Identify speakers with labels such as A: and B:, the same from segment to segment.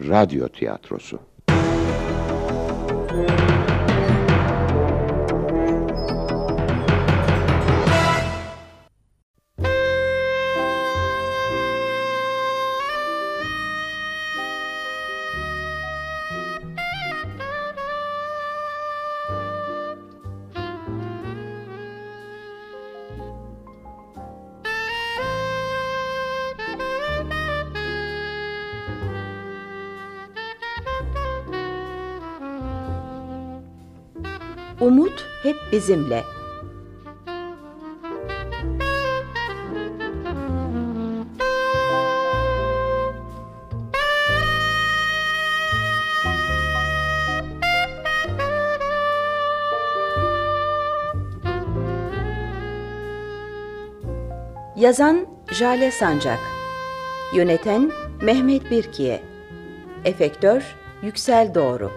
A: radyo tiyatrosu.
B: Umut hep bizimle. Yazan Jale Sancak Yöneten Mehmet Birkiye Efektör Yüksel Doğru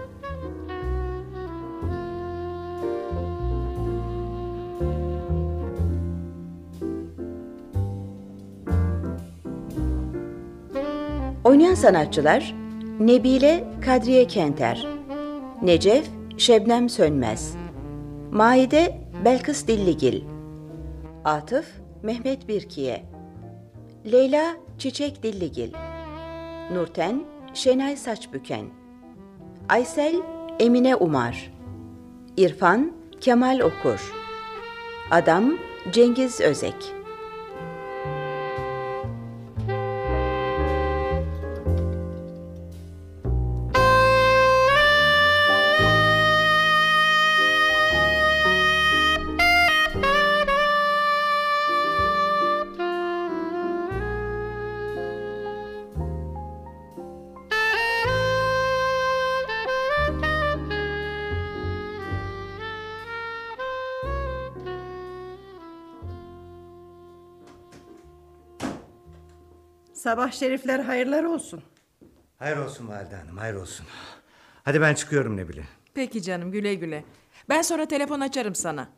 B: Oynayan sanatçılar Nebile Kadriye Kenter, Necef Şebnem Sönmez, Maide Belkıs Dilligil, Atıf Mehmet Birkiye, Leyla Çiçek Dilligil, Nurten Şenay Saçbüken, Aysel Emine Umar, İrfan Kemal Okur, Adam Cengiz Özek.
C: Sabah şerifler hayırlar olsun.
D: Hayır olsun Valide Hanım, hayır olsun. Hadi ben çıkıyorum ne bile.
E: Peki canım güle güle. Ben sonra telefon açarım sana.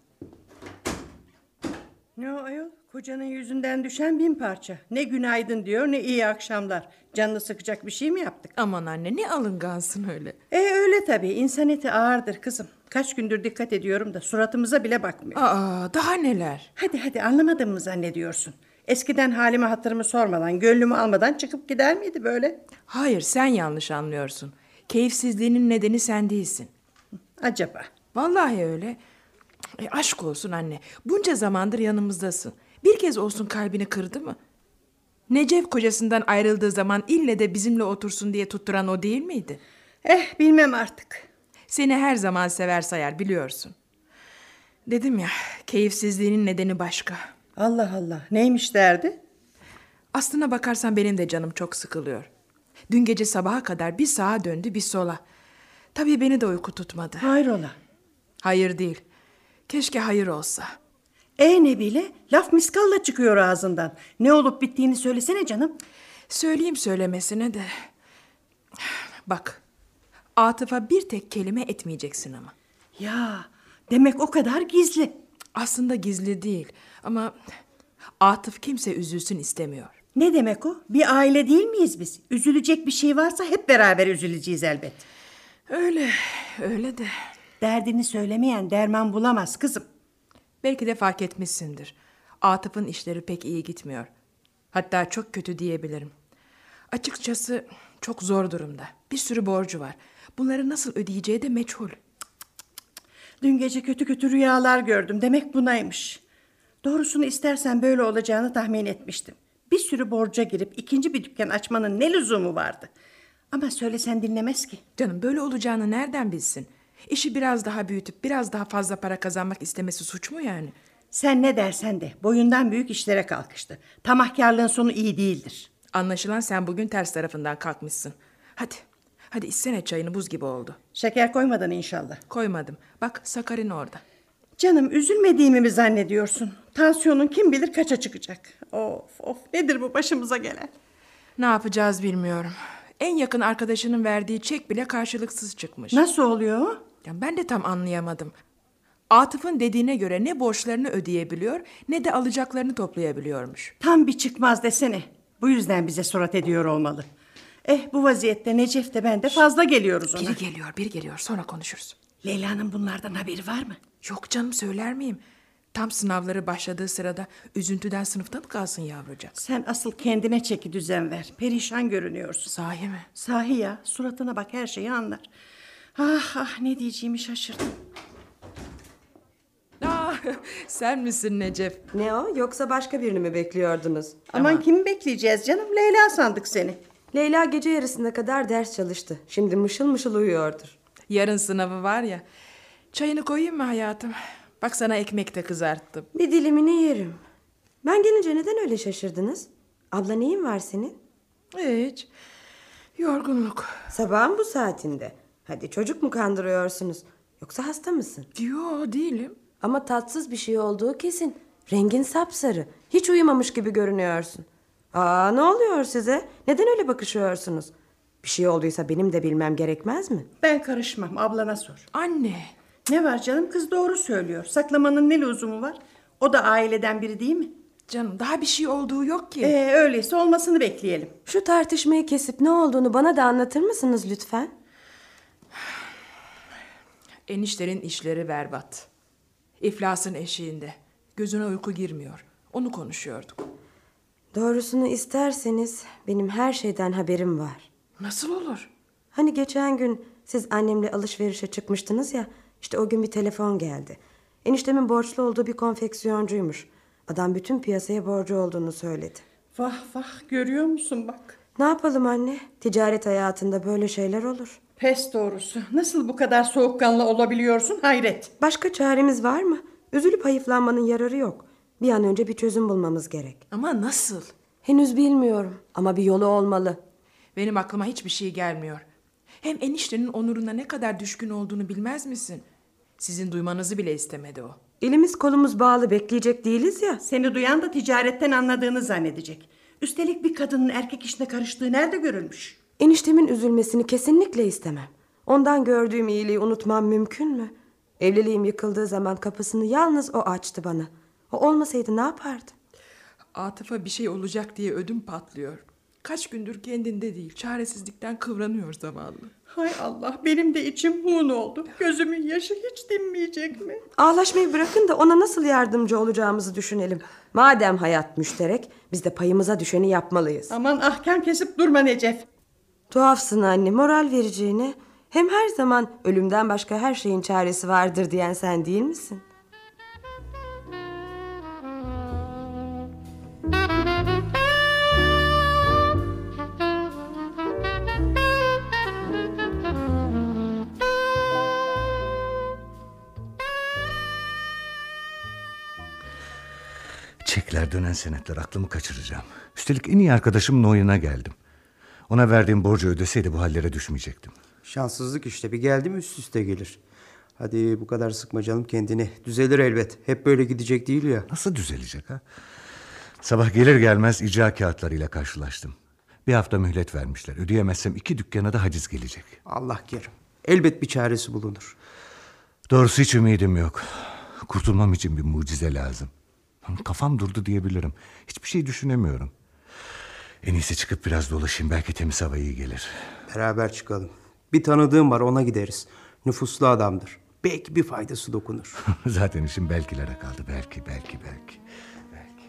C: Ne o ayol? Kocanın yüzünden düşen bin parça. Ne günaydın diyor ne iyi akşamlar. Canını sıkacak bir şey mi yaptık?
E: Aman anne ne alıngansın öyle.
C: E öyle tabii. İnsan eti ağırdır kızım. Kaç gündür dikkat ediyorum da suratımıza bile bakmıyor.
E: Aa daha neler.
C: Hadi hadi anlamadın mı zannediyorsun? Eskiden halimi hatırımı sormadan, gönlümü almadan çıkıp gider miydi böyle?
E: Hayır sen yanlış anlıyorsun. Keyifsizliğinin nedeni sen değilsin.
C: Acaba.
E: Vallahi öyle. E, aşk olsun anne. Bunca zamandır yanımızdasın. Bir kez olsun kalbini kırdı mı? Necef kocasından ayrıldığı zaman ille de bizimle otursun diye tutturan o değil miydi?
C: Eh bilmem artık.
E: Seni her zaman sever sayar biliyorsun. Dedim ya keyifsizliğinin nedeni başka.
C: Allah Allah neymiş derdi?
E: Aslına bakarsan benim de canım çok sıkılıyor. Dün gece sabaha kadar bir sağa döndü bir sola. Tabii beni de uyku tutmadı.
C: Hayrola.
E: Hayır değil. Keşke hayır olsa.
C: E Nebile laf miskalla çıkıyor ağzından. Ne olup bittiğini söylesene canım.
E: Söyleyeyim söylemesine de. Bak. Atıf'a bir tek kelime etmeyeceksin ama.
C: Ya demek o kadar gizli.
E: Aslında gizli değil ama Atıf kimse üzülsün istemiyor.
C: Ne demek o? Bir aile değil miyiz biz? Üzülecek bir şey varsa hep beraber üzüleceğiz elbet.
E: Öyle, öyle de.
C: Derdini söylemeyen derman bulamaz kızım.
E: Belki de fark etmişsindir. Atıf'ın işleri pek iyi gitmiyor. Hatta çok kötü diyebilirim. Açıkçası çok zor durumda. Bir sürü borcu var. Bunları nasıl ödeyeceği de meçhul.
C: Dün gece kötü kötü rüyalar gördüm. Demek bunaymış. Doğrusunu istersen böyle olacağını tahmin etmiştim. Bir sürü borca girip ikinci bir dükkan açmanın ne lüzumu vardı? Ama söylesen dinlemez ki.
E: Canım böyle olacağını nereden bilsin? İşi biraz daha büyütüp biraz daha fazla para kazanmak istemesi suç mu yani?
C: Sen ne dersen de boyundan büyük işlere kalkıştı. Tamahkarlığın sonu iyi değildir.
E: Anlaşılan sen bugün ters tarafından kalkmışsın. Hadi, hadi içsene çayını buz gibi oldu.
C: Şeker koymadan inşallah.
E: Koymadım. Bak Sakar'ın orada.
C: Canım üzülmediğimi mi zannediyorsun? Tansiyonun kim bilir kaça çıkacak. Of of nedir bu başımıza gelen?
E: Ne yapacağız bilmiyorum. En yakın arkadaşının verdiği çek bile karşılıksız çıkmış.
C: Nasıl oluyor?
E: Ya ben de tam anlayamadım. Atıf'ın dediğine göre ne borçlarını ödeyebiliyor ne de alacaklarını toplayabiliyormuş.
C: Tam bir çıkmaz desene. Bu yüzden bize surat ediyor olmalı. Eh bu vaziyette Necef de ben de fazla geliyoruz ona.
E: Biri geliyor, biri geliyor. Sonra konuşuruz.
C: Leyla'nın bunlardan haberi var mı?
E: Yok canım söyler miyim? Tam sınavları başladığı sırada üzüntüden sınıfta mı kalsın yavrucak?
C: Sen asıl kendine çeki düzen ver. Perişan görünüyorsun.
E: Sahi mi?
C: Sahi ya suratına bak her şeyi anlar. Ah ah ne diyeceğimi şaşırdım.
E: Aa, Ah, sen misin Necef?
A: Ne o? Yoksa başka birini mi bekliyordunuz?
C: Aman kimi bekleyeceğiz canım Leyla sandık seni.
A: Leyla gece yarısına kadar ders çalıştı. Şimdi mışıl mışıl uyuyordur.
E: Yarın sınavı var ya. Çayını koyayım mı hayatım? Bak sana ekmek de kızarttım.
A: Bir dilimini yerim. Ben gelince neden öyle şaşırdınız? Abla neyin var senin?
E: Hiç. Yorgunluk.
A: Sabahın bu saatinde. Hadi çocuk mu kandırıyorsunuz? Yoksa hasta mısın?
E: Diyor değilim.
A: Ama tatsız bir şey olduğu kesin. Rengin sapsarı. Hiç uyumamış gibi görünüyorsun. Aa ne oluyor size? Neden öyle bakışıyorsunuz? Bir şey olduysa benim de bilmem gerekmez mi?
C: Ben karışmam ablana sor.
E: Anne.
C: Ne var canım kız doğru söylüyor. Saklamanın ne lüzumu var? O da aileden biri değil mi?
E: Canım daha bir şey olduğu yok ki.
C: Ee, öyleyse olmasını bekleyelim.
A: Şu tartışmayı kesip ne olduğunu bana da anlatır mısınız lütfen?
E: Eniştenin işleri berbat. İflasın eşiğinde. Gözüne uyku girmiyor. Onu konuşuyorduk.
A: Doğrusunu isterseniz benim her şeyden haberim var.
E: Nasıl olur?
A: Hani geçen gün siz annemle alışverişe çıkmıştınız ya, işte o gün bir telefon geldi. Eniştemin borçlu olduğu bir konfeksiyoncuymuş. Adam bütün piyasaya borcu olduğunu söyledi.
C: Vah vah görüyor musun bak.
A: Ne yapalım anne? Ticaret hayatında böyle şeyler olur.
C: Pes doğrusu. Nasıl bu kadar soğukkanlı olabiliyorsun hayret.
A: Başka çaremiz var mı? Üzülüp hayıflanmanın yararı yok. Bir an önce bir çözüm bulmamız gerek.
E: Ama nasıl?
A: Henüz bilmiyorum ama bir yolu olmalı.
E: Benim aklıma hiçbir şey gelmiyor. Hem eniştenin onuruna ne kadar düşkün olduğunu bilmez misin? Sizin duymanızı bile istemedi o.
A: Elimiz kolumuz bağlı bekleyecek değiliz ya.
C: Seni duyan da ticaretten anladığını zannedecek. Üstelik bir kadının erkek işine karıştığı nerede görülmüş?
A: Eniştemin üzülmesini kesinlikle istemem. Ondan gördüğüm iyiliği unutmam mümkün mü? Evliliğim yıkıldığı zaman kapısını yalnız o açtı bana. O olmasaydı ne yapardım?
E: Atıf'a bir şey olacak diye ödüm patlıyor. Kaç gündür kendinde değil, çaresizlikten kıvranıyor zavallı.
C: Hay Allah benim de içim hun oldu. Gözümün yaşı hiç dinmeyecek mi?
A: Ağlaşmayı bırakın da ona nasıl yardımcı olacağımızı düşünelim. Madem hayat müşterek, biz de payımıza düşeni yapmalıyız.
C: Aman ahkam kesip durma Necef.
A: Tuhafsın anne, moral vereceğine. Hem her zaman ölümden başka her şeyin çaresi vardır diyen sen değil misin?
D: Çekler dönen senetler aklımı kaçıracağım. Üstelik en iyi arkadaşımın oyuna geldim. Ona verdiğim borcu ödeseydi bu hallere düşmeyecektim.
F: Şanssızlık işte bir geldi mi üst üste gelir. Hadi bu kadar sıkma canım kendini. Düzelir elbet. Hep böyle gidecek değil ya.
D: Nasıl düzelecek ha? Sabah gelir gelmez icra kağıtlarıyla karşılaştım. Bir hafta mühlet vermişler. Ödeyemezsem iki dükkana da haciz gelecek.
F: Allah kerim. Elbet bir çaresi bulunur.
D: Doğrusu hiç ümidim yok. Kurtulmam için bir mucize lazım. Kafam durdu diyebilirim. Hiçbir şey düşünemiyorum. En iyisi çıkıp biraz dolaşayım. Belki temiz hava iyi gelir.
F: Beraber çıkalım. Bir tanıdığım var ona gideriz. Nüfuslu adamdır. Belki bir faydası dokunur.
D: Zaten işim belkilere kaldı. Belki, belki, belki. Belki.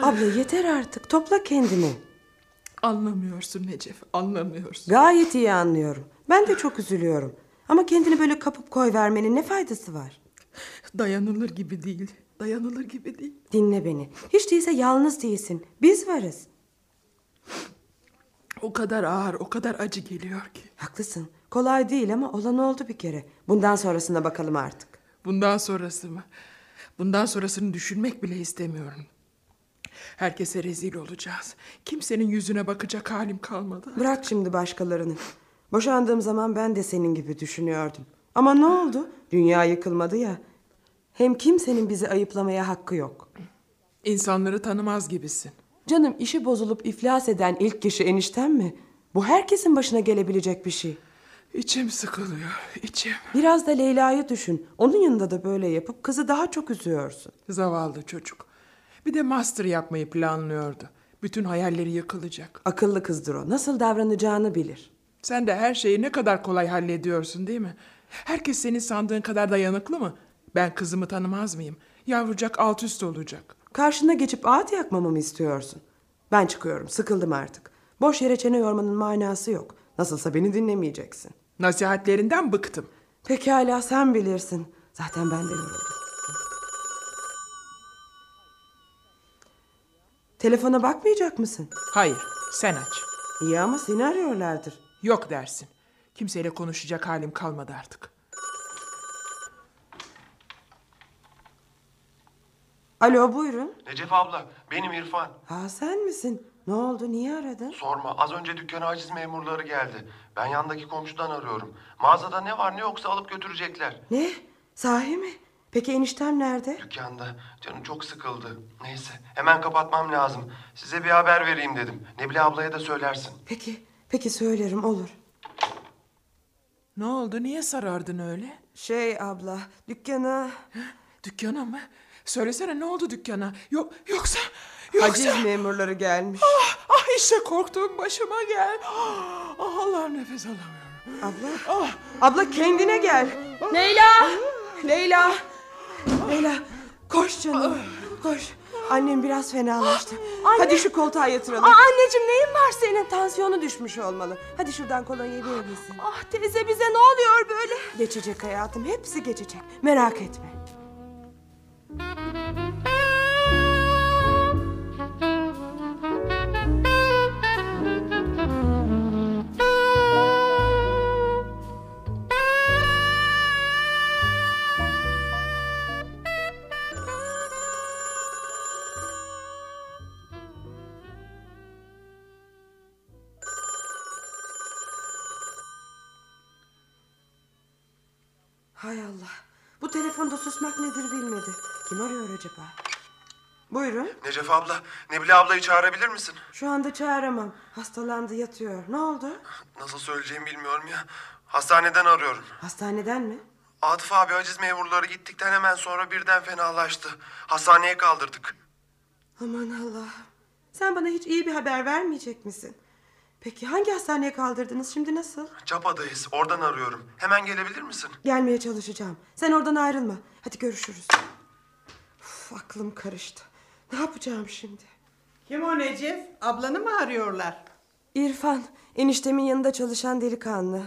A: Abla yeter artık, topla kendini.
E: Anlamıyorsun Necef, anlamıyorsun.
A: Gayet iyi anlıyorum. Ben de çok üzülüyorum. Ama kendini böyle kapıp koy vermenin ne faydası var?
E: Dayanılır gibi değil, dayanılır gibi değil.
A: Dinle beni. Hiç değilse yalnız değilsin. Biz varız.
E: O kadar ağır, o kadar acı geliyor ki.
A: Haklısın. Kolay değil ama olan oldu bir kere. Bundan sonrasına bakalım artık.
E: Bundan sonrası mı? Bundan sonrasını düşünmek bile istemiyorum. Herkese rezil olacağız. Kimsenin yüzüne bakacak halim kalmadı.
A: Bırak şimdi başkalarını. Boşandığım zaman ben de senin gibi düşünüyordum. Ama ne oldu? Dünya yıkılmadı ya. Hem kimsenin bizi ayıplamaya hakkı yok.
E: İnsanları tanımaz gibisin.
A: Canım işi bozulup iflas eden ilk kişi enişten mi? Bu herkesin başına gelebilecek bir şey.
E: İçim sıkılıyor, içim.
A: Biraz da Leyla'yı düşün. Onun yanında da böyle yapıp kızı daha çok üzüyorsun.
E: Zavallı çocuk. Bir de master yapmayı planlıyordu. Bütün hayalleri yıkılacak.
A: Akıllı kızdır o. Nasıl davranacağını bilir.
E: Sen de her şeyi ne kadar kolay hallediyorsun değil mi? Herkes senin sandığın kadar dayanıklı mı? Ben kızımı tanımaz mıyım? Yavrucak alt üst olacak.
A: Karşına geçip ağıt yakmamı mı istiyorsun? Ben çıkıyorum. Sıkıldım artık. Boş yere çene yormanın manası yok. Nasılsa beni dinlemeyeceksin.
E: Nasihatlerinden bıktım.
A: Pekala sen bilirsin. Zaten ben de yoruldum. Telefona bakmayacak mısın?
E: Hayır, sen aç.
A: İyi ama seni arıyorlardır.
E: Yok dersin. Kimseyle konuşacak halim kalmadı artık.
A: Alo buyurun.
D: Necef abla, benim İrfan.
A: Ha sen misin? Ne oldu niye aradın?
D: Sorma, az önce dükkana aciz memurları geldi. Ben yandaki komşudan arıyorum. Mağazada ne var ne yoksa alıp götürecekler.
A: Ne? Sahi mi? Peki eniştem nerede?
D: Dükkanda. Canım çok sıkıldı. Neyse, hemen kapatmam lazım. Size bir haber vereyim dedim. Nebile ablaya da söylersin.
A: Peki, peki söylerim olur.
E: Ne oldu? Niye sarardın öyle?
A: Şey abla, dükkana
E: Dükkana mı? Söylesene ne oldu dükkana? Yok yoksa
A: haciz
E: yoksa
A: memurları gelmiş.
E: ah, ah işte korktuğum başıma gel. Ah Allah'ım nefes alamıyorum.
A: Abla, abla kendine gel. Leyla, Leyla, Leyla, koş canım, koş. Annem biraz fenalaştı. Hadi şu koltuğa yatıralım. anneciğim neyin var senin? Tansiyonu düşmüş olmalı. Hadi şuradan kolonyayı verir misin?
G: Ah teyze bize ne oluyor böyle?
A: Geçecek hayatım, hepsi geçecek. Merak etme. Hay Allah. Bu telefonda susmak nedir bilmedi. Kim arıyor acaba? Buyurun.
D: Necef abla, Nebile ablayı çağırabilir misin?
A: Şu anda çağıramam. Hastalandı yatıyor. Ne oldu?
D: Nasıl söyleyeceğimi bilmiyorum ya. Hastaneden arıyorum.
A: Hastaneden mi?
D: Atıf abi aciz memurları gittikten hemen sonra birden fenalaştı. Hastaneye kaldırdık.
A: Aman Allah. Sen bana hiç iyi bir haber vermeyecek misin? Peki hangi hastaneye kaldırdınız? Şimdi nasıl?
D: Çapa'dayız, oradan arıyorum. Hemen gelebilir misin?
A: Gelmeye çalışacağım. Sen oradan ayrılma. Hadi görüşürüz. Uf, aklım karıştı. Ne yapacağım şimdi?
C: Kim o Necef? Ablanı mı arıyorlar?
A: İrfan, eniştemin yanında çalışan delikanlı.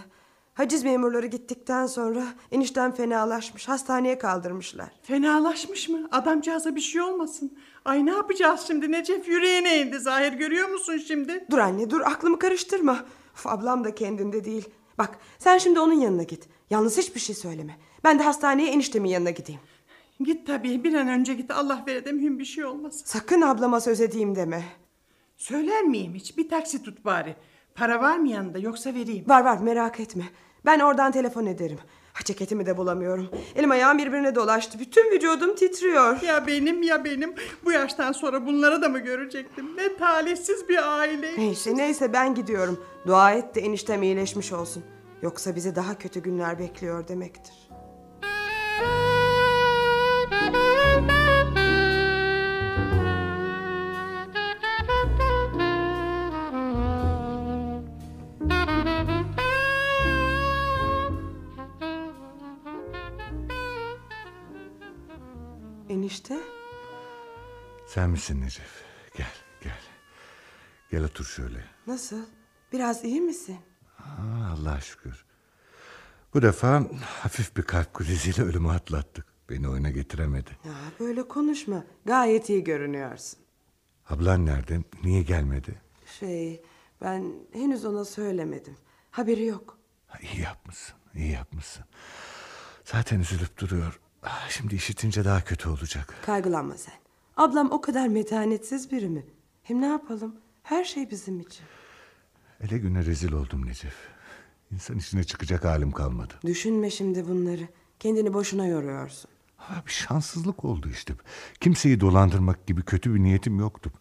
A: Haciz memurları gittikten sonra eniştem fenalaşmış. Hastaneye kaldırmışlar.
C: Fenalaşmış mı? Adamcağıza bir şey olmasın. Ay ne yapacağız şimdi Necef? Yüreğine indi zahir görüyor musun şimdi?
A: Dur anne dur aklımı karıştırma. Uf, ablam da kendinde değil. Bak sen şimdi onun yanına git. Yalnız hiçbir şey söyleme. Ben de hastaneye eniştemin yanına gideyim.
C: Git tabii bir an önce git Allah vere de mühim bir şey olmasın.
A: Sakın ablama söz edeyim deme.
C: Söyler miyim hiç? Bir taksi tut bari. Para var mı yanında yoksa vereyim.
A: Var var merak etme. Ben oradan telefon ederim. Ha, ceketimi de bulamıyorum. Elim ayağım birbirine dolaştı. Bütün vücudum titriyor.
C: Ya benim ya benim. Bu yaştan sonra bunlara da mı görecektim? Ne talihsiz bir aile.
A: Neyse neyse ben gidiyorum. Dua et de eniştem iyileşmiş olsun. Yoksa bizi daha kötü günler bekliyor demektir. Enişte?
H: Sen misin Necef? Gel gel. Gel otur şöyle.
A: Nasıl? Biraz iyi misin?
H: Aa, Allah'a şükür. Bu defa hafif bir kalp kriziyle ölümü atlattık. Beni oyuna getiremedi.
A: Ya böyle konuşma. Gayet iyi görünüyorsun.
H: Ablan nerede? Niye gelmedi?
A: Şey, ben henüz ona söylemedim. Haberi yok.
H: Ha, İyi yapmışsın, iyi yapmışsın. Zaten üzülüp duruyor. Ah, Şimdi işitince daha kötü olacak.
A: Kaygılanma sen. Ablam o kadar metanetsiz biri mi? Hem ne yapalım? Her şey bizim için.
H: Ele güne rezil oldum Necef. İnsan içine çıkacak halim kalmadı.
A: Düşünme şimdi bunları. Kendini boşuna yoruyorsun.
H: Ama bir şanssızlık oldu işte. Kimseyi dolandırmak gibi kötü bir niyetim yoktu.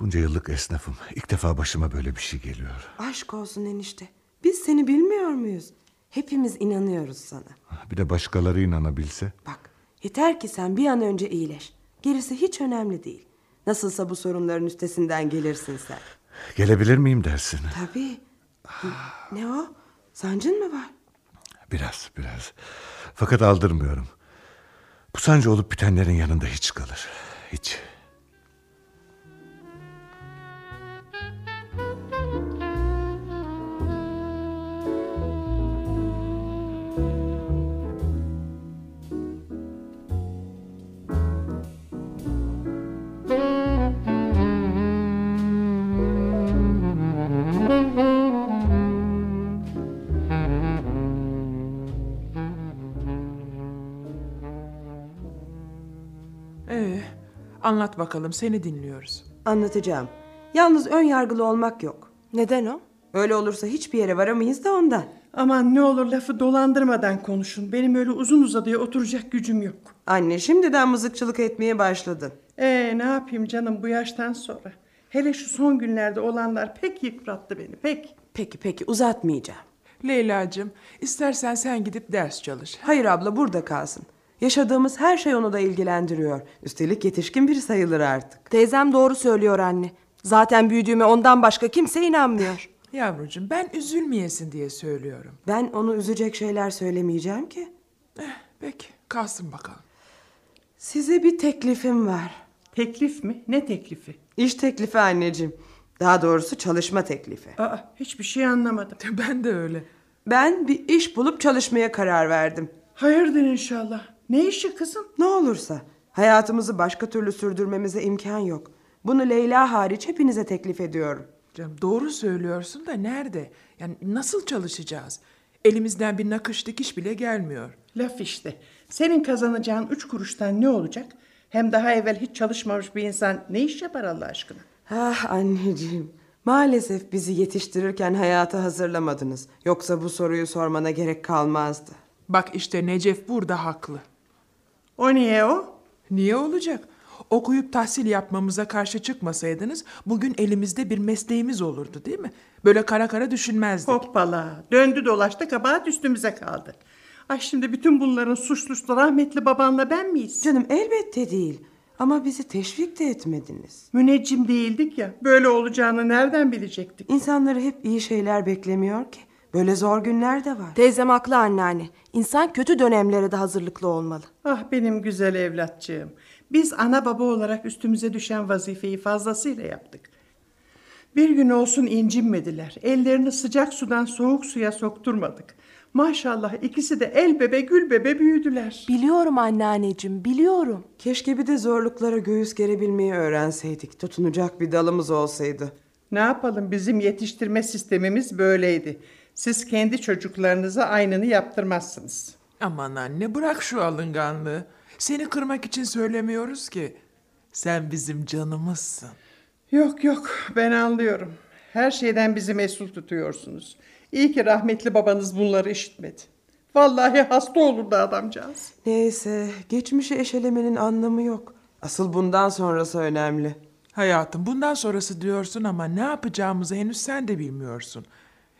D: Bunca yıllık esnafım. İlk defa başıma böyle bir şey geliyor.
A: Aşk olsun enişte. Biz seni bilmiyor muyuz? Hepimiz inanıyoruz sana.
D: Bir de başkaları inanabilse.
A: Bak yeter ki sen bir an önce iyileş. Gerisi hiç önemli değil. Nasılsa bu sorunların üstesinden gelirsin sen.
D: Gelebilir miyim dersin?
A: Tabii. Ne o? Sancın mı var?
D: Biraz biraz. Fakat aldırmıyorum. Bu sancı olup bitenlerin yanında hiç kalır. Hiç.
E: Ee, anlat bakalım seni dinliyoruz.
A: Anlatacağım. Yalnız ön yargılı olmak yok. Neden o? Öyle olursa hiçbir yere varamayız da ondan.
C: Aman ne olur lafı dolandırmadan konuşun. Benim öyle uzun uzadıya oturacak gücüm yok.
A: Anne şimdiden mızıkçılık etmeye başladın.
C: Ee ne yapayım canım bu yaştan sonra. Hele şu son günlerde olanlar pek yıprattı beni pek.
A: Peki peki uzatmayacağım.
E: Leyla'cığım istersen sen gidip ders çalış.
A: Hayır abla burada kalsın. Yaşadığımız her şey onu da ilgilendiriyor. Üstelik yetişkin biri sayılır artık.
I: Teyzem doğru söylüyor anne. Zaten büyüdüğüme ondan başka kimse inanmıyor.
E: Yavrucuğum ben üzülmeyesin diye söylüyorum.
A: Ben onu üzecek şeyler söylemeyeceğim ki.
E: Peki kalsın bakalım.
A: Size bir teklifim var.
C: Teklif mi? Ne teklifi?
A: İş teklifi anneciğim. Daha doğrusu çalışma teklifi.
C: Aa hiçbir şey anlamadım.
E: Ben de öyle.
A: Ben bir iş bulup çalışmaya karar verdim.
C: Hayırdır inşallah. Ne işi kızım?
A: Ne olursa. Hayatımızı başka türlü sürdürmemize imkan yok. Bunu Leyla hariç hepinize teklif ediyorum.
E: Canım doğru söylüyorsun da nerede? Yani nasıl çalışacağız? Elimizden bir nakış dikiş bile gelmiyor.
C: Laf işte. Senin kazanacağın üç kuruştan ne olacak? Hem daha evvel hiç çalışmamış bir insan ne iş yapar Allah aşkına?
A: Ah anneciğim. Maalesef bizi yetiştirirken hayata hazırlamadınız. Yoksa bu soruyu sormana gerek kalmazdı.
E: Bak işte Necef burada haklı.
C: O niye o?
E: Niye olacak? Okuyup tahsil yapmamıza karşı çıkmasaydınız bugün elimizde bir mesleğimiz olurdu değil mi? Böyle kara kara düşünmezdik.
C: Hoppala. Döndü dolaştı kabahat üstümüze kaldı. Ay şimdi bütün bunların suçlusu rahmetli babanla ben miyiz?
A: Canım elbette değil. Ama bizi teşvik de etmediniz.
C: Müneccim değildik ya. Böyle olacağını nereden bilecektik?
A: İnsanları hep iyi şeyler beklemiyor ki. Böyle zor günler de var.
I: Teyzem haklı anneanne. İnsan kötü dönemlere de hazırlıklı olmalı.
C: Ah benim güzel evlatçığım. Biz ana baba olarak üstümüze düşen vazifeyi fazlasıyla yaptık. Bir gün olsun incinmediler. Ellerini sıcak sudan soğuk suya sokturmadık. Maşallah ikisi de el bebe gül bebe büyüdüler.
I: Biliyorum anneanneciğim biliyorum.
A: Keşke bir de zorluklara göğüs gerebilmeyi öğrenseydik. Tutunacak bir dalımız olsaydı.
C: Ne yapalım bizim yetiştirme sistemimiz böyleydi. Siz kendi çocuklarınıza aynını yaptırmazsınız.
E: Aman anne bırak şu alınganlığı. Seni kırmak için söylemiyoruz ki. Sen bizim canımızsın.
C: Yok yok ben anlıyorum. Her şeyden bizi mesul tutuyorsunuz. İyi ki rahmetli babanız bunları işitmedi. Vallahi hasta olurdu adamcağız.
A: Neyse, geçmişi eşelemenin anlamı yok. Asıl bundan sonrası önemli.
E: Hayatım bundan sonrası diyorsun ama ne yapacağımızı henüz sen de bilmiyorsun.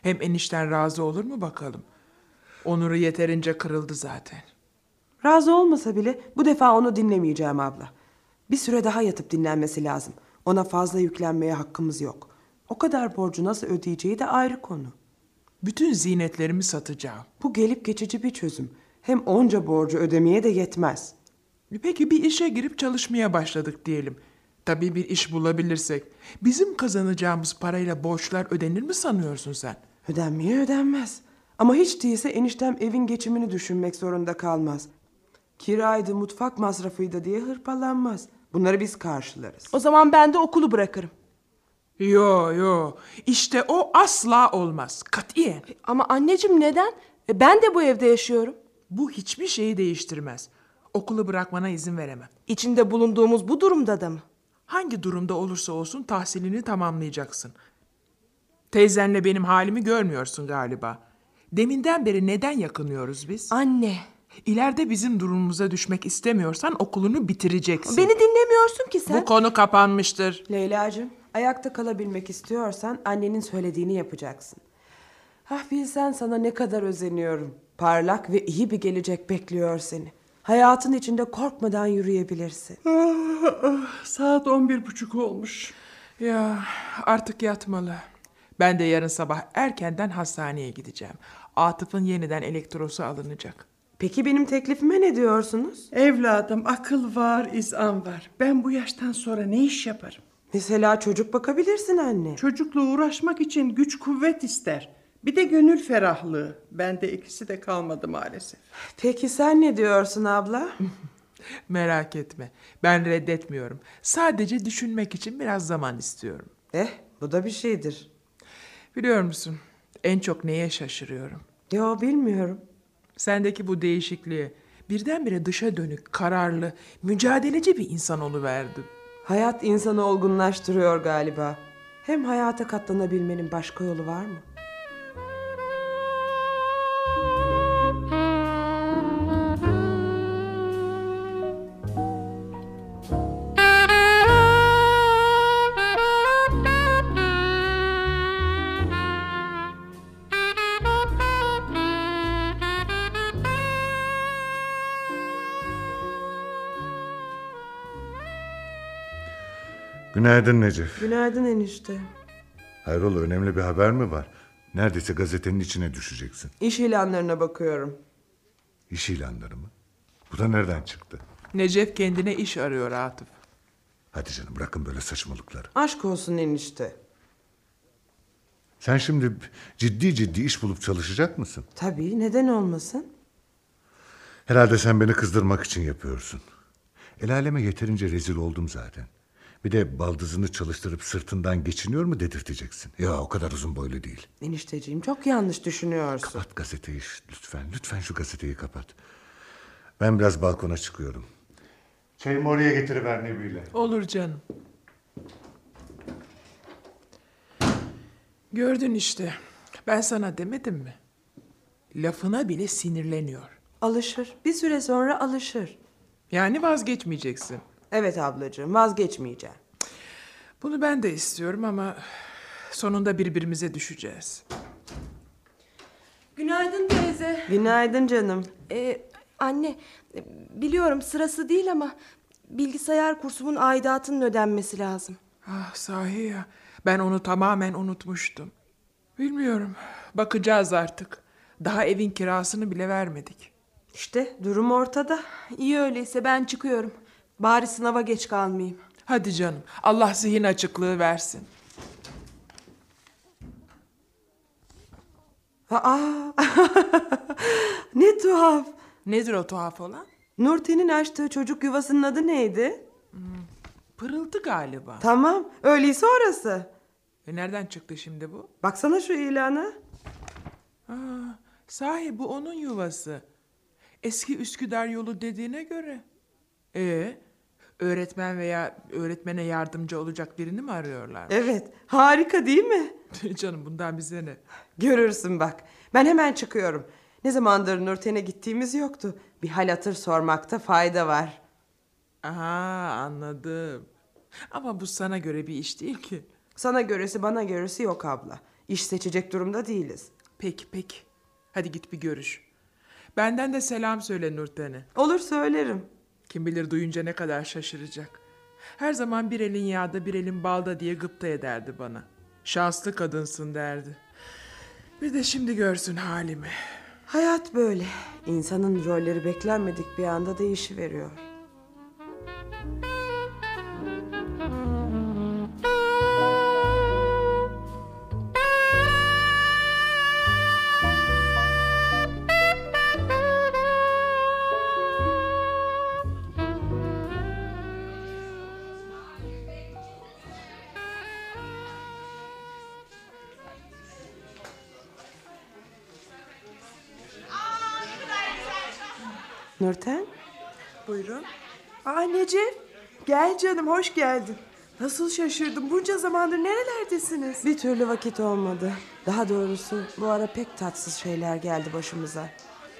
E: Hem enişten razı olur mu bakalım? Onuru yeterince kırıldı zaten.
A: Razı olmasa bile bu defa onu dinlemeyeceğim abla. Bir süre daha yatıp dinlenmesi lazım. Ona fazla yüklenmeye hakkımız yok. O kadar borcu nasıl ödeyeceği de ayrı konu.
E: Bütün ziynetlerimi satacağım.
A: Bu gelip geçici bir çözüm. Hem onca borcu ödemeye de yetmez.
E: Peki bir işe girip çalışmaya başladık diyelim. Tabii bir iş bulabilirsek. Bizim kazanacağımız parayla borçlar ödenir mi sanıyorsun sen?
A: Ödenmeye ödenmez. Ama hiç değilse eniştem evin geçimini düşünmek zorunda kalmaz. Kiraydı, mutfak masrafıydı diye hırpalanmaz. Bunları biz karşılarız.
I: O zaman ben de okulu bırakırım.
E: Yo yo. İşte o asla olmaz. Katiyen.
I: E, Ama anneciğim neden? E, ben de bu evde yaşıyorum.
E: Bu hiçbir şeyi değiştirmez. Okulu bırakmana izin veremem.
I: İçinde bulunduğumuz bu durumda da mı?
E: Hangi durumda olursa olsun tahsilini tamamlayacaksın. Teyzenle benim halimi görmüyorsun galiba. Deminden beri neden yakınıyoruz biz?
I: Anne.
E: İleride bizim durumumuza düşmek istemiyorsan okulunu bitireceksin.
I: Beni dinlemiyorsun ki sen.
E: Bu konu kapanmıştır.
A: Leyla'cığım Ayakta kalabilmek istiyorsan annenin söylediğini yapacaksın. Ah bilsen sana ne kadar özeniyorum. Parlak ve iyi bir gelecek bekliyor seni. Hayatın içinde korkmadan yürüyebilirsin.
C: Saat on bir buçuk olmuş.
E: Ya artık yatmalı. Ben de yarın sabah erkenden hastaneye gideceğim. Atıf'ın yeniden elektrosu alınacak.
A: Peki benim teklifime ne diyorsunuz?
C: Evladım akıl var, izan var. Ben bu yaştan sonra ne iş yaparım?
A: Mesela çocuk bakabilirsin anne.
C: Çocukla uğraşmak için güç kuvvet ister. Bir de gönül ferahlığı. Bende ikisi de kalmadı maalesef.
A: Peki sen ne diyorsun abla?
E: Merak etme. Ben reddetmiyorum. Sadece düşünmek için biraz zaman istiyorum.
A: eh bu da bir şeydir.
E: Biliyor musun? En çok neye şaşırıyorum?
A: Yo bilmiyorum.
E: Sendeki bu değişikliğe birdenbire dışa dönük, kararlı, mücadeleci bir insan oluverdim.
A: Hayat insanı olgunlaştırıyor galiba. Hem hayata katlanabilmenin başka yolu var mı?
D: Günaydın Necef.
A: Günaydın enişte.
D: Hayrola önemli bir haber mi var? Neredeyse gazetenin içine düşeceksin.
A: İş ilanlarına bakıyorum.
D: İş ilanları mı? Bu da nereden çıktı?
E: Necef kendine iş arıyor Atıf.
D: Hadi canım bırakın böyle saçmalıkları.
A: Aşk olsun enişte.
D: Sen şimdi ciddi ciddi iş bulup çalışacak mısın?
A: Tabii neden olmasın?
D: Herhalde sen beni kızdırmak için yapıyorsun. El aleme yeterince rezil oldum zaten. Bir de baldızını çalıştırıp sırtından geçiniyor mu dedirteceksin? Ya o kadar uzun boylu değil.
A: Enişteciğim çok yanlış düşünüyorsun.
D: Kapat gazeteyi ş- lütfen. Lütfen şu gazeteyi kapat. Ben biraz balkona çıkıyorum. Çayımı oraya getiriver Nebile.
E: Olur canım. Gördün işte. Ben sana demedim mi? Lafına bile sinirleniyor.
A: Alışır. Bir süre sonra alışır.
E: Yani vazgeçmeyeceksin.
A: Evet ablacığım vazgeçmeyeceğim.
E: Bunu ben de istiyorum ama sonunda birbirimize düşeceğiz.
J: Günaydın teyze.
A: Günaydın canım.
J: Ee, anne, e, biliyorum sırası değil ama bilgisayar kursumun aidatının ödenmesi lazım.
E: Ah sahi ya. Ben onu tamamen unutmuştum. Bilmiyorum. Bakacağız artık. Daha evin kirasını bile vermedik.
A: İşte durum ortada.
J: İyi öyleyse ben çıkıyorum. Bari sınava geç kalmayayım.
E: Hadi canım. Allah zihin açıklığı versin.
A: Aa, ne tuhaf.
E: Nedir o tuhaf olan?
A: Nurten'in açtığı çocuk yuvasının adı neydi?
E: Pırıltı galiba.
A: Tamam, öyleyse orası.
E: E nereden çıktı şimdi bu?
A: Baksana şu ilana.
E: Sahi bu onun yuvası. Eski Üsküdar yolu dediğine göre. E öğretmen veya öğretmene yardımcı olacak birini mi arıyorlar?
A: Evet, harika değil mi?
E: Canım bundan bize ne?
A: Görürsün bak. Ben hemen çıkıyorum. Ne zamandır Nurten'e gittiğimiz yoktu. Bir hal hatır sormakta fayda var.
E: Aha anladım. Ama bu sana göre bir iş değil ki.
A: Sana göresi bana göresi yok abla. İş seçecek durumda değiliz.
E: Peki peki. Hadi git bir görüş. Benden de selam söyle Nurten'e.
A: Olur söylerim.
E: Kim bilir duyunca ne kadar şaşıracak. Her zaman bir elin yağda bir elin balda diye gıpta ederdi bana. Şanslı kadınsın derdi. Bir de şimdi görsün halimi.
A: Hayat böyle. İnsanın rolleri beklenmedik bir anda değişiveriyor. Nurten?
I: Buyurun. Aa Necip. Gel canım hoş geldin. Nasıl şaşırdım bunca zamandır nerelerdesiniz?
A: Bir türlü vakit olmadı. Daha doğrusu bu ara pek tatsız şeyler geldi başımıza.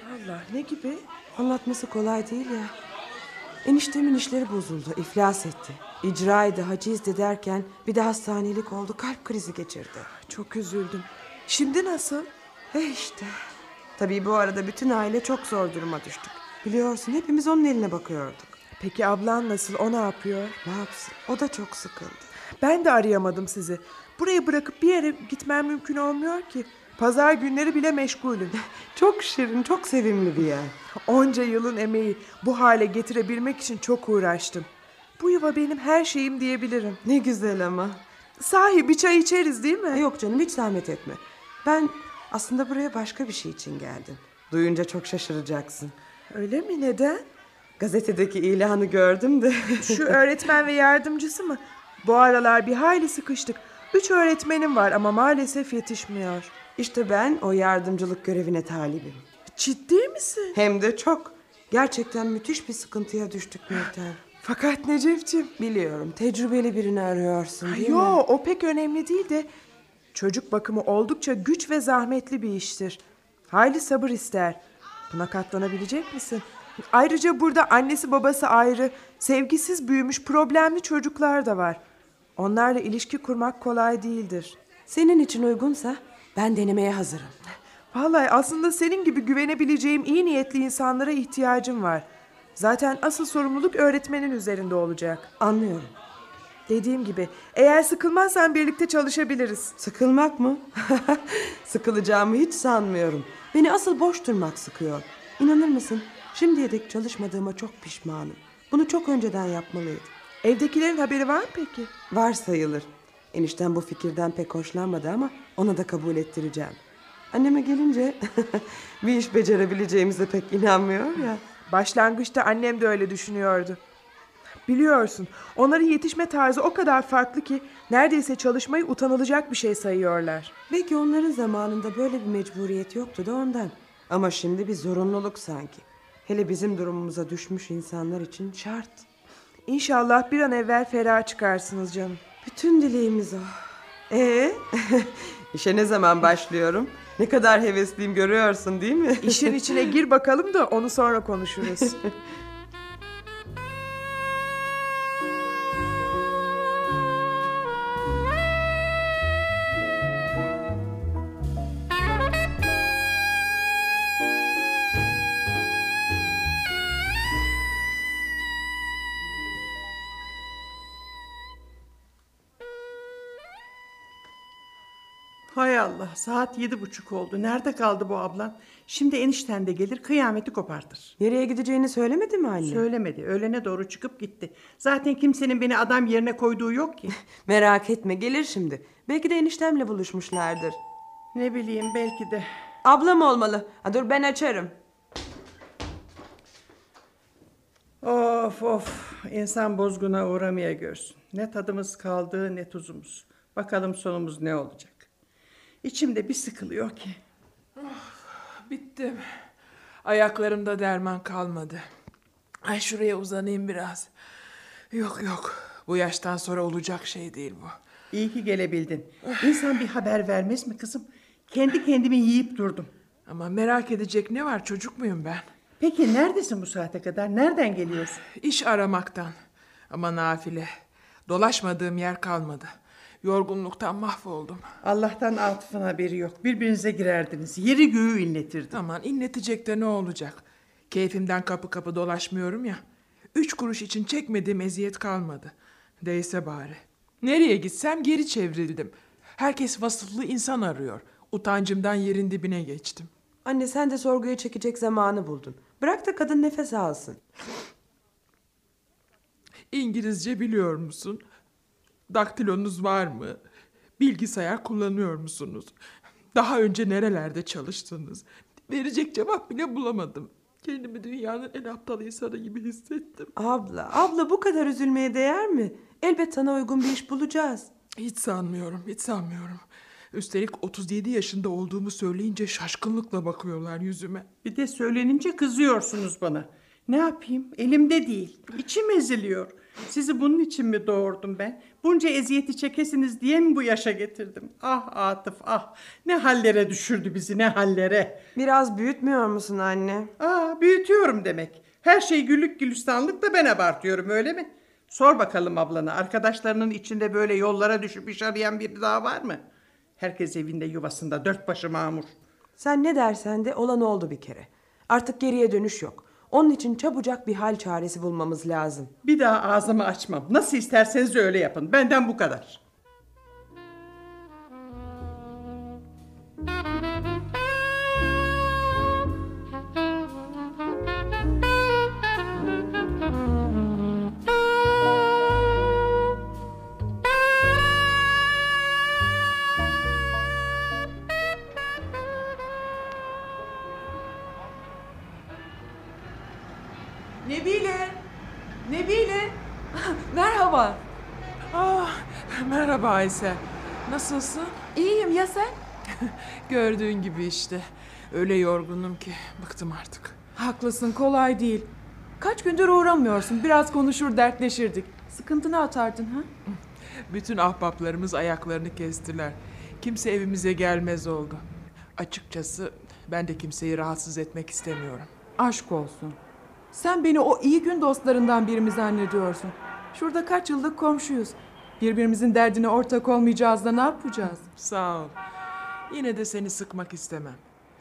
I: Allah ne gibi?
A: Anlatması kolay değil ya. Eniştemin işleri bozuldu, iflas etti. İcraydı, hacizdi derken bir de hastanelik oldu, kalp krizi geçirdi.
I: Çok üzüldüm. Şimdi nasıl?
A: E işte. Tabii bu arada bütün aile çok zor duruma düştük. Biliyorsun hepimiz onun eline bakıyorduk.
I: Peki ablan nasıl? O ne yapıyor?
A: Ne yapsın? O da çok sıkıldı.
I: Ben de arayamadım sizi. Burayı bırakıp bir yere gitmem mümkün olmuyor ki. Pazar günleri bile meşgulüm.
A: Çok şirin, çok sevimli bir yer.
I: Onca yılın emeği bu hale getirebilmek için çok uğraştım. Bu yuva benim her şeyim diyebilirim.
A: Ne güzel ama.
I: Sahi bir çay içeriz değil mi?
A: Yok canım hiç zahmet etme. Ben aslında buraya başka bir şey için geldim. Duyunca çok şaşıracaksın.
I: Öyle mi? Neden?
A: Gazetedeki ilanı gördüm de.
I: Şu öğretmen ve yardımcısı mı? Bu aralar bir hayli sıkıştık. Üç öğretmenim var ama maalesef yetişmiyor.
A: işte ben o yardımcılık görevine talibim.
I: Ciddi misin?
A: Hem de çok. Gerçekten müthiş bir sıkıntıya düştük Nurten.
I: Fakat Necef'ciğim.
A: Biliyorum tecrübeli birini arıyorsun değil
I: Yo
A: mi?
I: o pek önemli değil de çocuk bakımı oldukça güç ve zahmetli bir iştir. Hayli sabır ister. Buna katlanabilecek misin? Ayrıca burada annesi babası ayrı, sevgisiz büyümüş problemli çocuklar da var. Onlarla ilişki kurmak kolay değildir.
A: Senin için uygunsa ben denemeye hazırım.
I: Vallahi aslında senin gibi güvenebileceğim iyi niyetli insanlara ihtiyacım var. Zaten asıl sorumluluk öğretmenin üzerinde olacak.
A: Anlıyorum.
I: Dediğim gibi eğer sıkılmazsan birlikte çalışabiliriz.
A: Sıkılmak mı? Sıkılacağımı hiç sanmıyorum. Beni asıl boş durmak sıkıyor. İnanır mısın? Şimdiye dek çalışmadığıma çok pişmanım. Bunu çok önceden yapmalıydım.
I: Evdekilerin haberi var mı peki?
A: Var sayılır. Enişten bu fikirden pek hoşlanmadı ama ona da kabul ettireceğim. Anneme gelince bir iş becerebileceğimize pek inanmıyor ya.
I: Başlangıçta annem de öyle düşünüyordu. Biliyorsun, onların yetişme tarzı o kadar farklı ki neredeyse çalışmayı utanılacak bir şey sayıyorlar.
A: Belki onların zamanında böyle bir mecburiyet yoktu da ondan. Ama şimdi bir zorunluluk sanki. Hele bizim durumumuza düşmüş insanlar için şart.
I: İnşallah bir an evvel ferah çıkarsınız canım.
A: Bütün dileğimiz o. Ee, işe ne zaman başlıyorum? Ne kadar hevesliyim görüyorsun değil mi?
I: İşin içine gir bakalım da onu sonra konuşuruz.
C: Hay Allah saat yedi buçuk oldu. Nerede kaldı bu ablan? Şimdi enişten de gelir kıyameti kopartır.
A: Nereye gideceğini söylemedi mi anne?
C: Söylemedi. Öğlene doğru çıkıp gitti. Zaten kimsenin beni adam yerine koyduğu yok ki.
A: Merak etme gelir şimdi. Belki de eniştemle buluşmuşlardır.
C: ne bileyim belki de.
A: Ablam olmalı. Ha, dur ben açarım.
C: Of of insan bozguna uğramaya görsün. Ne tadımız kaldı ne tuzumuz. Bakalım sonumuz ne olacak. İçimde bir sıkılıyor ki.
E: Bittim. Ayaklarımda derman kalmadı. Ay şuraya uzanayım biraz. Yok yok. Bu yaştan sonra olacak şey değil bu.
C: İyi ki gelebildin. İnsan bir haber vermez mi kızım? Kendi kendimi yiyip durdum.
E: Ama merak edecek ne var çocuk muyum ben?
C: Peki neredesin bu saate kadar? Nereden geliyorsun?
E: İş aramaktan. Ama nafile. Dolaşmadığım yer kalmadı. Yorgunluktan mahvoldum.
C: Allah'tan Atıf'ın haberi yok. Birbirinize girerdiniz. Yeri göğü inletirdi.
E: Aman inletecek de ne olacak? Keyfimden kapı kapı dolaşmıyorum ya. Üç kuruş için çekmediğim eziyet kalmadı. Değse bari. Nereye gitsem geri çevrildim. Herkes vasıflı insan arıyor. Utancımdan yerin dibine geçtim.
A: Anne sen de sorguya çekecek zamanı buldun. Bırak da kadın nefes alsın.
E: İngilizce biliyor musun? Daktilonuz var mı? Bilgisayar kullanıyor musunuz? Daha önce nerelerde çalıştınız? Verecek cevap bile bulamadım. Kendimi dünyanın en aptal insanı gibi hissettim.
A: Abla, abla bu kadar üzülmeye değer mi? Elbet sana uygun bir iş bulacağız.
E: Hiç sanmıyorum, hiç sanmıyorum. Üstelik 37 yaşında olduğumu söyleyince şaşkınlıkla bakıyorlar yüzüme.
C: Bir de söylenince kızıyorsunuz bana. Ne yapayım? Elimde değil. İçim eziliyor. Sizi bunun için mi doğurdum ben? Bunca eziyeti çekesiniz diye mi bu yaşa getirdim? Ah Atıf ah. Ne hallere düşürdü bizi ne hallere.
A: Biraz büyütmüyor musun anne?
C: Aa büyütüyorum demek. Her şey güllük gülistanlık da ben abartıyorum öyle mi? Sor bakalım ablana arkadaşlarının içinde böyle yollara düşüp iş arayan biri daha var mı? Herkes evinde yuvasında dört başı mamur.
I: Sen ne dersen de olan oldu bir kere. Artık geriye dönüş yok. Onun için çabucak bir hal çaresi bulmamız lazım.
C: Bir daha ağzımı açmam. Nasıl isterseniz öyle yapın. Benden bu kadar.
I: Nebile! Nebile! Merhaba.
E: Ah, merhaba Aysel. Nasılsın?
I: İyiyim ya sen?
E: Gördüğün gibi işte. Öyle yorgunum ki bıktım artık.
I: Haklısın kolay değil. Kaç gündür uğramıyorsun. Biraz konuşur dertleşirdik. Sıkıntını atardın ha?
E: Bütün ahbaplarımız ayaklarını kestiler. Kimse evimize gelmez oldu. Açıkçası ben de kimseyi rahatsız etmek istemiyorum.
I: Aşk olsun. Sen beni o iyi gün dostlarından biri mi zannediyorsun? Şurada kaç yıllık komşuyuz. Birbirimizin derdine ortak olmayacağız da ne yapacağız?
E: Sağ ol. Yine de seni sıkmak istemem.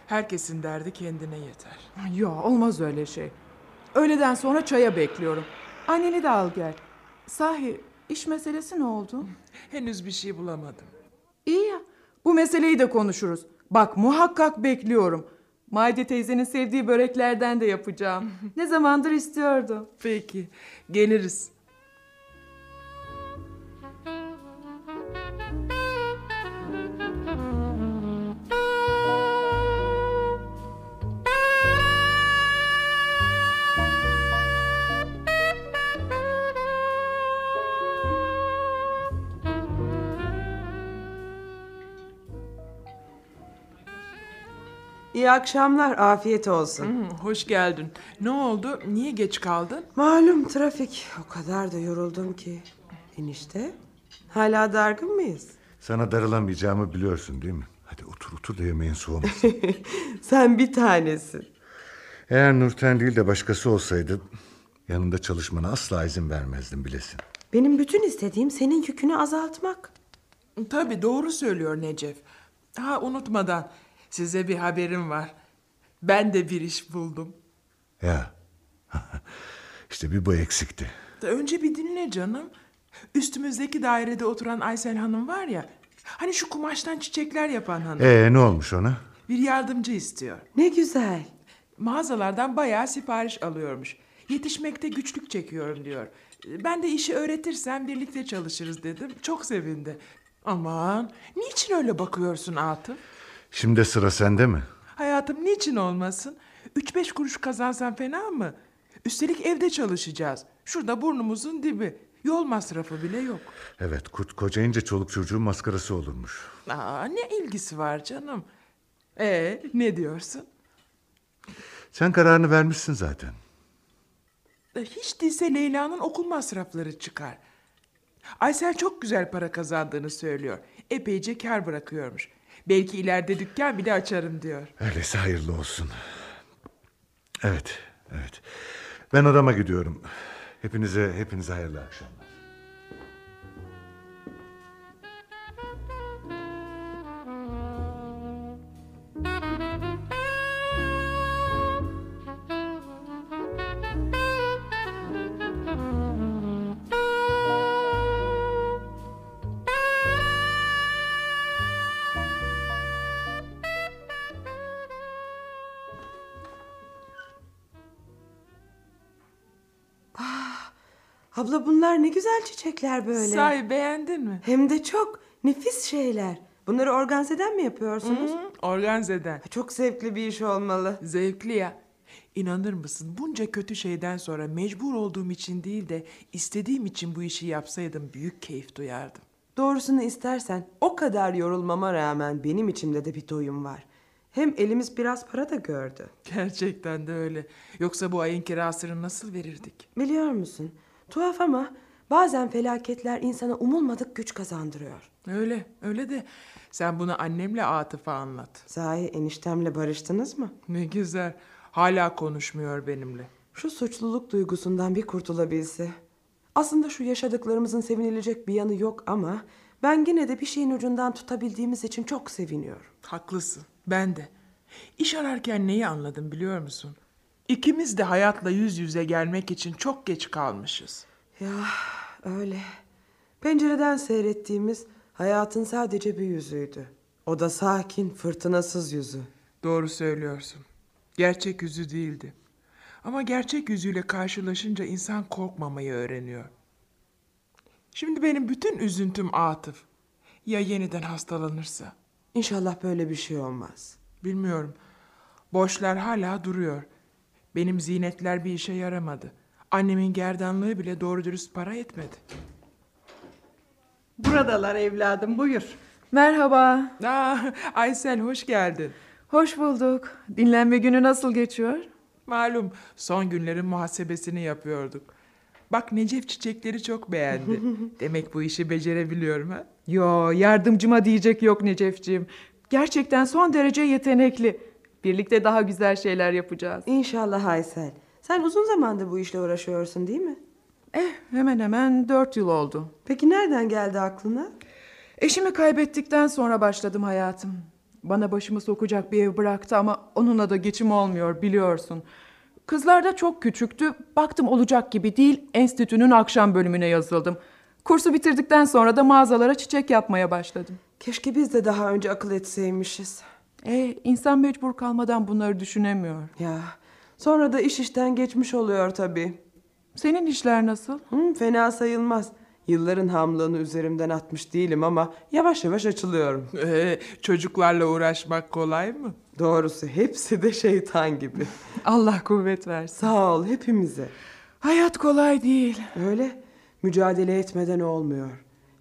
E: Herkesin derdi kendine yeter.
I: Ya olmaz öyle şey. Öğleden sonra çaya bekliyorum. Anneni de al gel. Sahi iş meselesi ne oldu?
E: Henüz bir şey bulamadım.
I: İyi ya. Bu meseleyi de konuşuruz. Bak muhakkak bekliyorum. Maide teyzenin sevdiği böreklerden de yapacağım. ne zamandır istiyordu.
E: Peki, geliriz.
A: İyi akşamlar, afiyet olsun.
E: Hı, Hoş geldin. Ne oldu? Niye geç kaldın?
A: Malum trafik. O kadar da yoruldum ki. Enişte, hala dargın mıyız?
D: Sana darılamayacağımı biliyorsun değil mi? Hadi otur otur da yemeğin soğumasın.
A: Sen bir tanesin.
D: Eğer Nurten değil de başkası olsaydı yanında çalışmana asla izin vermezdim bilesin.
A: Benim bütün istediğim senin yükünü azaltmak.
E: Tabii doğru söylüyor Necef. Ha unutmadan size bir haberim var. Ben de bir iş buldum.
D: Ya işte bir bu eksikti.
E: Da Önce bir dinle canım. Üstümüzdeki dairede oturan Aysel Hanım var ya. Hani şu kumaştan çiçekler yapan hanım.
D: Ee ne olmuş ona?
E: Bir yardımcı istiyor.
A: Ne güzel.
E: Mağazalardan bayağı sipariş alıyormuş. Yetişmekte güçlük çekiyorum diyor. Ben de işi öğretirsem birlikte çalışırız dedim. Çok sevindi. Aman niçin öyle bakıyorsun Atıf?
D: Şimdi sıra sende mi?
E: Hayatım niçin olmasın? Üç beş kuruş kazansan fena mı? Üstelik evde çalışacağız. Şurada burnumuzun dibi. Yol masrafı bile yok.
D: Evet kurt kocayınca çoluk çocuğun maskarası olurmuş.
E: Aa, ne ilgisi var canım? Ee, ne diyorsun?
D: Sen kararını vermişsin zaten.
E: E, Hiç değilse Leyla'nın okul masrafları çıkar. Aysel çok güzel para kazandığını söylüyor. Epeyce kar bırakıyormuş. Belki ileride dükkan bile açarım diyor.
D: Öyleyse hayırlı olsun. Evet, evet. Ben odama gidiyorum. Hepinize, hepinize hayırlı akşamlar.
A: Abla bunlar ne güzel çiçekler böyle.
E: Sahi beğendin mi?
A: Hem de çok nefis şeyler. Bunları organizeden mi yapıyorsunuz?
E: Hı, Organzeden.
A: Çok zevkli bir iş olmalı.
E: Zevkli ya. İnanır mısın bunca kötü şeyden sonra mecbur olduğum için değil de istediğim için bu işi yapsaydım büyük keyif duyardım.
A: Doğrusunu istersen o kadar yorulmama rağmen benim içimde de bir doyum var. Hem elimiz biraz para da gördü.
E: Gerçekten de öyle. Yoksa bu ayın kirasını nasıl verirdik?
A: Biliyor musun? Tuhaf ama bazen felaketler insana umulmadık güç kazandırıyor.
E: Öyle, öyle de sen bunu annemle Atıf'a anlat.
A: Sahi eniştemle barıştınız mı?
E: Ne güzel. Hala konuşmuyor benimle.
A: Şu suçluluk duygusundan bir kurtulabilse. Aslında şu yaşadıklarımızın sevinilecek bir yanı yok ama ben gene de bir şeyin ucundan tutabildiğimiz için çok seviniyorum.
E: Haklısın. Ben de. İş ararken neyi anladım biliyor musun? İkimiz de hayatla yüz yüze gelmek için çok geç kalmışız.
A: Ya öyle. Pencereden seyrettiğimiz hayatın sadece bir yüzüydü. O da sakin, fırtınasız yüzü.
E: Doğru söylüyorsun. Gerçek yüzü değildi. Ama gerçek yüzüyle karşılaşınca insan korkmamayı öğreniyor. Şimdi benim bütün üzüntüm Atıf. Ya yeniden hastalanırsa?
A: İnşallah böyle bir şey olmaz.
E: Bilmiyorum. Boşlar hala duruyor. Benim ziynetler bir işe yaramadı. Annemin gerdanlığı bile doğru dürüst para etmedi.
C: Buradalar evladım buyur.
K: Merhaba,
E: Aa, Aysel hoş geldin.
K: hoş bulduk. Dinlenme günü nasıl geçiyor?
E: Malum son günlerin muhasebesini yapıyorduk. Bak Necef çiçekleri çok beğendi. Demek bu işi becerebiliyorum ha?
K: Yo, yardımcıma diyecek yok Necefciğim. Gerçekten son derece yetenekli. Birlikte daha güzel şeyler yapacağız.
A: İnşallah Aysel. Sen uzun zamandır bu işle uğraşıyorsun değil mi?
K: Eh, hemen hemen dört yıl oldu.
A: Peki nereden geldi aklına?
K: Eşimi kaybettikten sonra başladım hayatım. Bana başımı sokacak bir ev bıraktı ama onunla da geçim olmuyor biliyorsun. Kızlar da çok küçüktü. Baktım olacak gibi değil, enstitünün akşam bölümüne yazıldım. Kursu bitirdikten sonra da mağazalara çiçek yapmaya başladım.
A: Keşke biz de daha önce akıl etseymişiz.
K: E, insan mecbur kalmadan bunları düşünemiyor.
A: Ya sonra da iş işten geçmiş oluyor tabii.
K: Senin işler nasıl?
A: Hı, fena sayılmaz. Yılların hamlığını üzerimden atmış değilim ama yavaş yavaş açılıyorum.
E: Ee, çocuklarla uğraşmak kolay mı?
A: Doğrusu hepsi de şeytan gibi.
K: Allah kuvvet versin.
A: Sağ ol hepimize.
K: Hayat kolay değil.
A: Öyle mücadele etmeden olmuyor.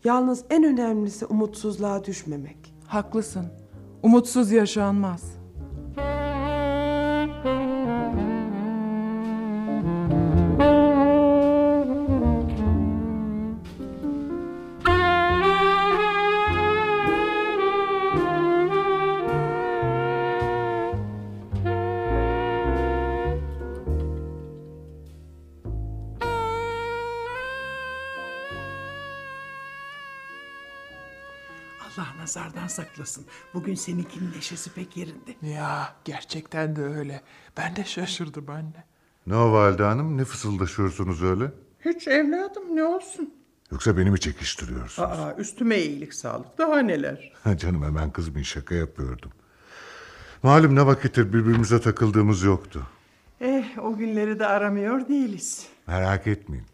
A: Yalnız en önemlisi umutsuzluğa düşmemek.
K: Haklısın. Umutsuz yaşanmaz.
L: Allah nazardan saklasın. Bugün seninkinin neşesi pek yerinde.
E: Ya gerçekten de öyle. Ben de şaşırdım anne.
D: Ne o Valide Hanım? Ne fısıldaşıyorsunuz öyle?
C: Hiç evladım ne olsun.
D: Yoksa beni mi çekiştiriyorsunuz?
C: Aa, üstüme iyilik sağlık daha neler.
D: Canım hemen kızmayın şaka yapıyordum. Malum ne vakittir birbirimize takıldığımız yoktu.
C: Eh o günleri de aramıyor değiliz.
D: Merak etmeyin.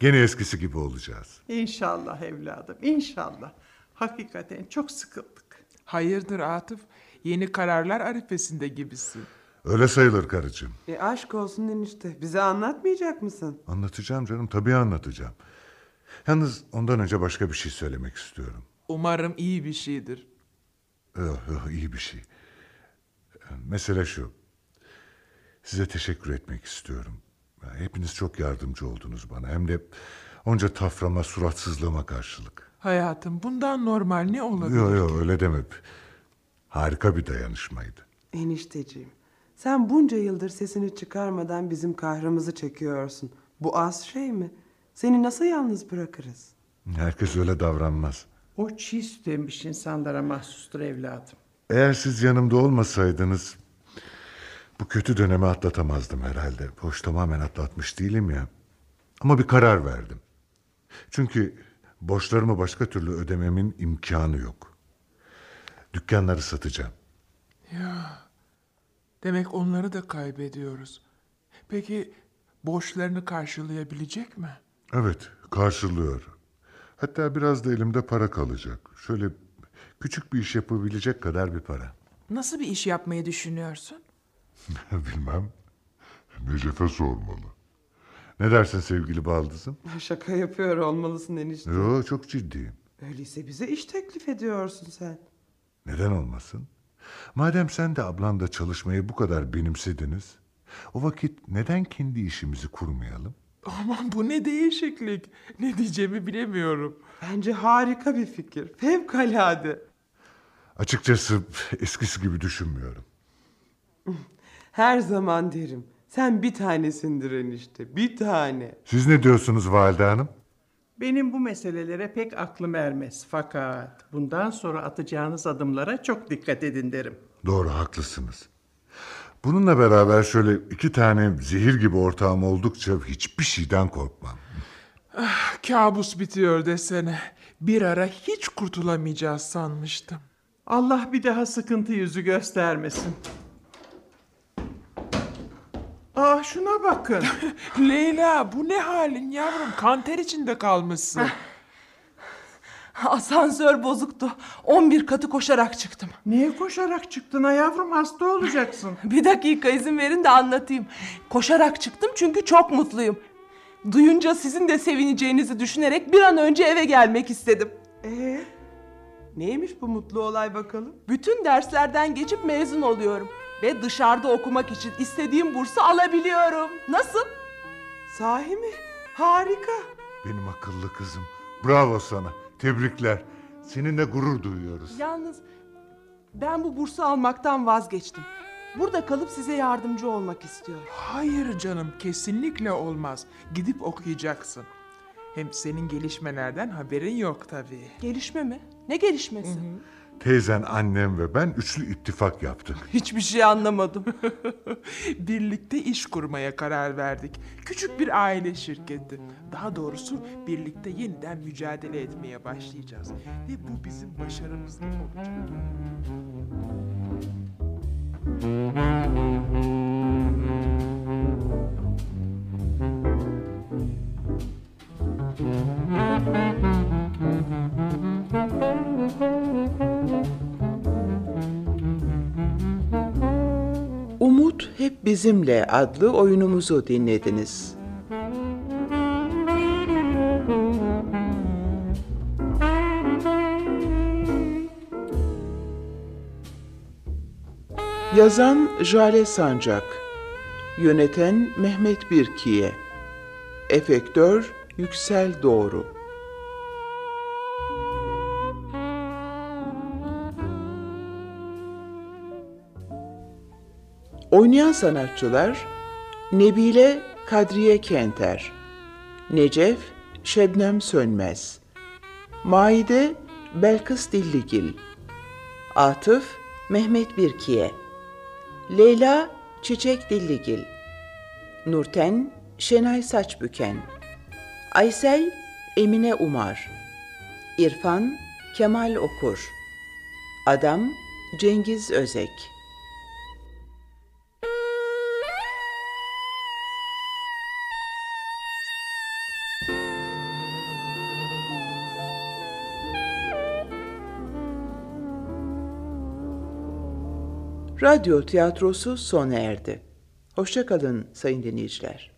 D: Gene eskisi gibi olacağız.
C: İnşallah evladım inşallah. Hakikaten çok sıkıldık.
E: Hayırdır Atıf? Yeni kararlar arifesinde gibisin.
D: Öyle sayılır karıcığım.
A: E aşk olsun enişte. Bize anlatmayacak mısın?
D: Anlatacağım canım tabii anlatacağım. Yalnız ondan önce başka bir şey söylemek istiyorum.
E: Umarım iyi bir şeydir.
D: Yok yok iyi bir şey. Ee, Mesele şu. Size teşekkür etmek istiyorum. Ya, Hepiniz çok yardımcı oldunuz bana. Hem de onca taframa, suratsızlığıma karşılık.
E: Hayatım bundan normal ne olabilir?
D: Yok yok öyle deme. Harika bir dayanışmaydı.
A: Enişteciğim. Sen bunca yıldır sesini çıkarmadan bizim kahrımızı çekiyorsun. Bu az şey mi? Seni nasıl yalnız bırakırız?
D: Herkes öyle davranmaz.
C: O çiğ süt emmiş insanlara mahsustur evladım.
D: Eğer siz yanımda olmasaydınız bu kötü dönemi atlatamazdım herhalde. Boş tamamen atlatmış değilim ya. Ama bir karar verdim. Çünkü borçlarımı başka türlü ödememin imkanı yok. Dükkanları satacağım.
E: Ya. Demek onları da kaybediyoruz. Peki borçlarını karşılayabilecek mi?
D: Evet, karşılıyor. Hatta biraz da elimde para kalacak. Şöyle küçük bir iş yapabilecek kadar bir para.
M: Nasıl bir iş yapmayı düşünüyorsun?
D: Bilmem. Necef'e sormalı. Ne dersin sevgili baldızım?
A: Şaka yapıyor olmalısın enişte.
D: Yo çok ciddiyim.
A: Öyleyse bize iş teklif ediyorsun sen.
D: Neden olmasın? Madem sen de ablan da çalışmayı bu kadar benimsediniz, o vakit neden kendi işimizi kurmayalım?
E: Aman bu ne değişiklik. Ne diyeceğimi bilemiyorum.
A: Bence harika bir fikir. Fevkalade.
D: Açıkçası eskisi gibi düşünmüyorum.
A: Her zaman derim.
N: Sen bir tanesindir enişte. Bir tane.
O: Siz ne diyorsunuz Valide Hanım?
C: Benim bu meselelere pek aklım ermez. Fakat bundan sonra atacağınız adımlara çok dikkat edin derim.
D: Doğru haklısınız. Bununla beraber şöyle iki tane zehir gibi ortağım oldukça hiçbir şeyden korkmam.
E: Ah, kabus bitiyor desene. Bir ara hiç kurtulamayacağız sanmıştım.
C: Allah bir daha sıkıntı yüzü göstermesin. Aa şuna bakın.
E: Leyla bu ne halin yavrum? Kanter içinde kalmışsın.
A: Asansör bozuktu. 11 katı koşarak çıktım.
C: Niye koşarak çıktın ha yavrum? Hasta olacaksın.
A: Bir dakika izin verin de anlatayım. Koşarak çıktım çünkü çok mutluyum. Duyunca sizin de sevineceğinizi düşünerek bir an önce eve gelmek istedim.
N: Ee, neymiş bu mutlu olay bakalım?
A: Bütün derslerden geçip mezun oluyorum. Ve dışarıda okumak için istediğim bursu alabiliyorum. Nasıl?
N: Sahi mi? Harika.
D: Benim akıllı kızım. Bravo sana. Tebrikler. Seninle gurur duyuyoruz.
N: Yalnız ben bu bursu almaktan vazgeçtim. Burada kalıp size yardımcı olmak istiyorum.
E: Hayır canım kesinlikle olmaz. Gidip okuyacaksın. Hem senin gelişmelerden haberin yok tabii.
A: Gelişme mi? Ne gelişmesi?
D: Teyzen, annem ve ben üçlü ittifak yaptık.
E: Hiçbir şey anlamadım. birlikte iş kurmaya karar verdik. Küçük bir aile şirketi. Daha doğrusu birlikte yeniden mücadele etmeye başlayacağız. Ve bu bizim başarımız olacak.
P: Umut Hep Bizimle adlı oyunumuzu dinlediniz. Yazan Jale Sancak Yöneten Mehmet Birkiye Efektör Yüksel Doğru Oynayan sanatçılar Nebile Kadriye Kenter Necef Şebnem Sönmez Maide Belkıs Dilligil
B: Atıf Mehmet Birkiye Leyla Çiçek Dilligil Nurten Şenay Saçbüken Aysel Emine Umar İrfan Kemal Okur Adam Cengiz Özek
P: Radyo tiyatrosu sona erdi. Hoşçakalın sayın dinleyiciler.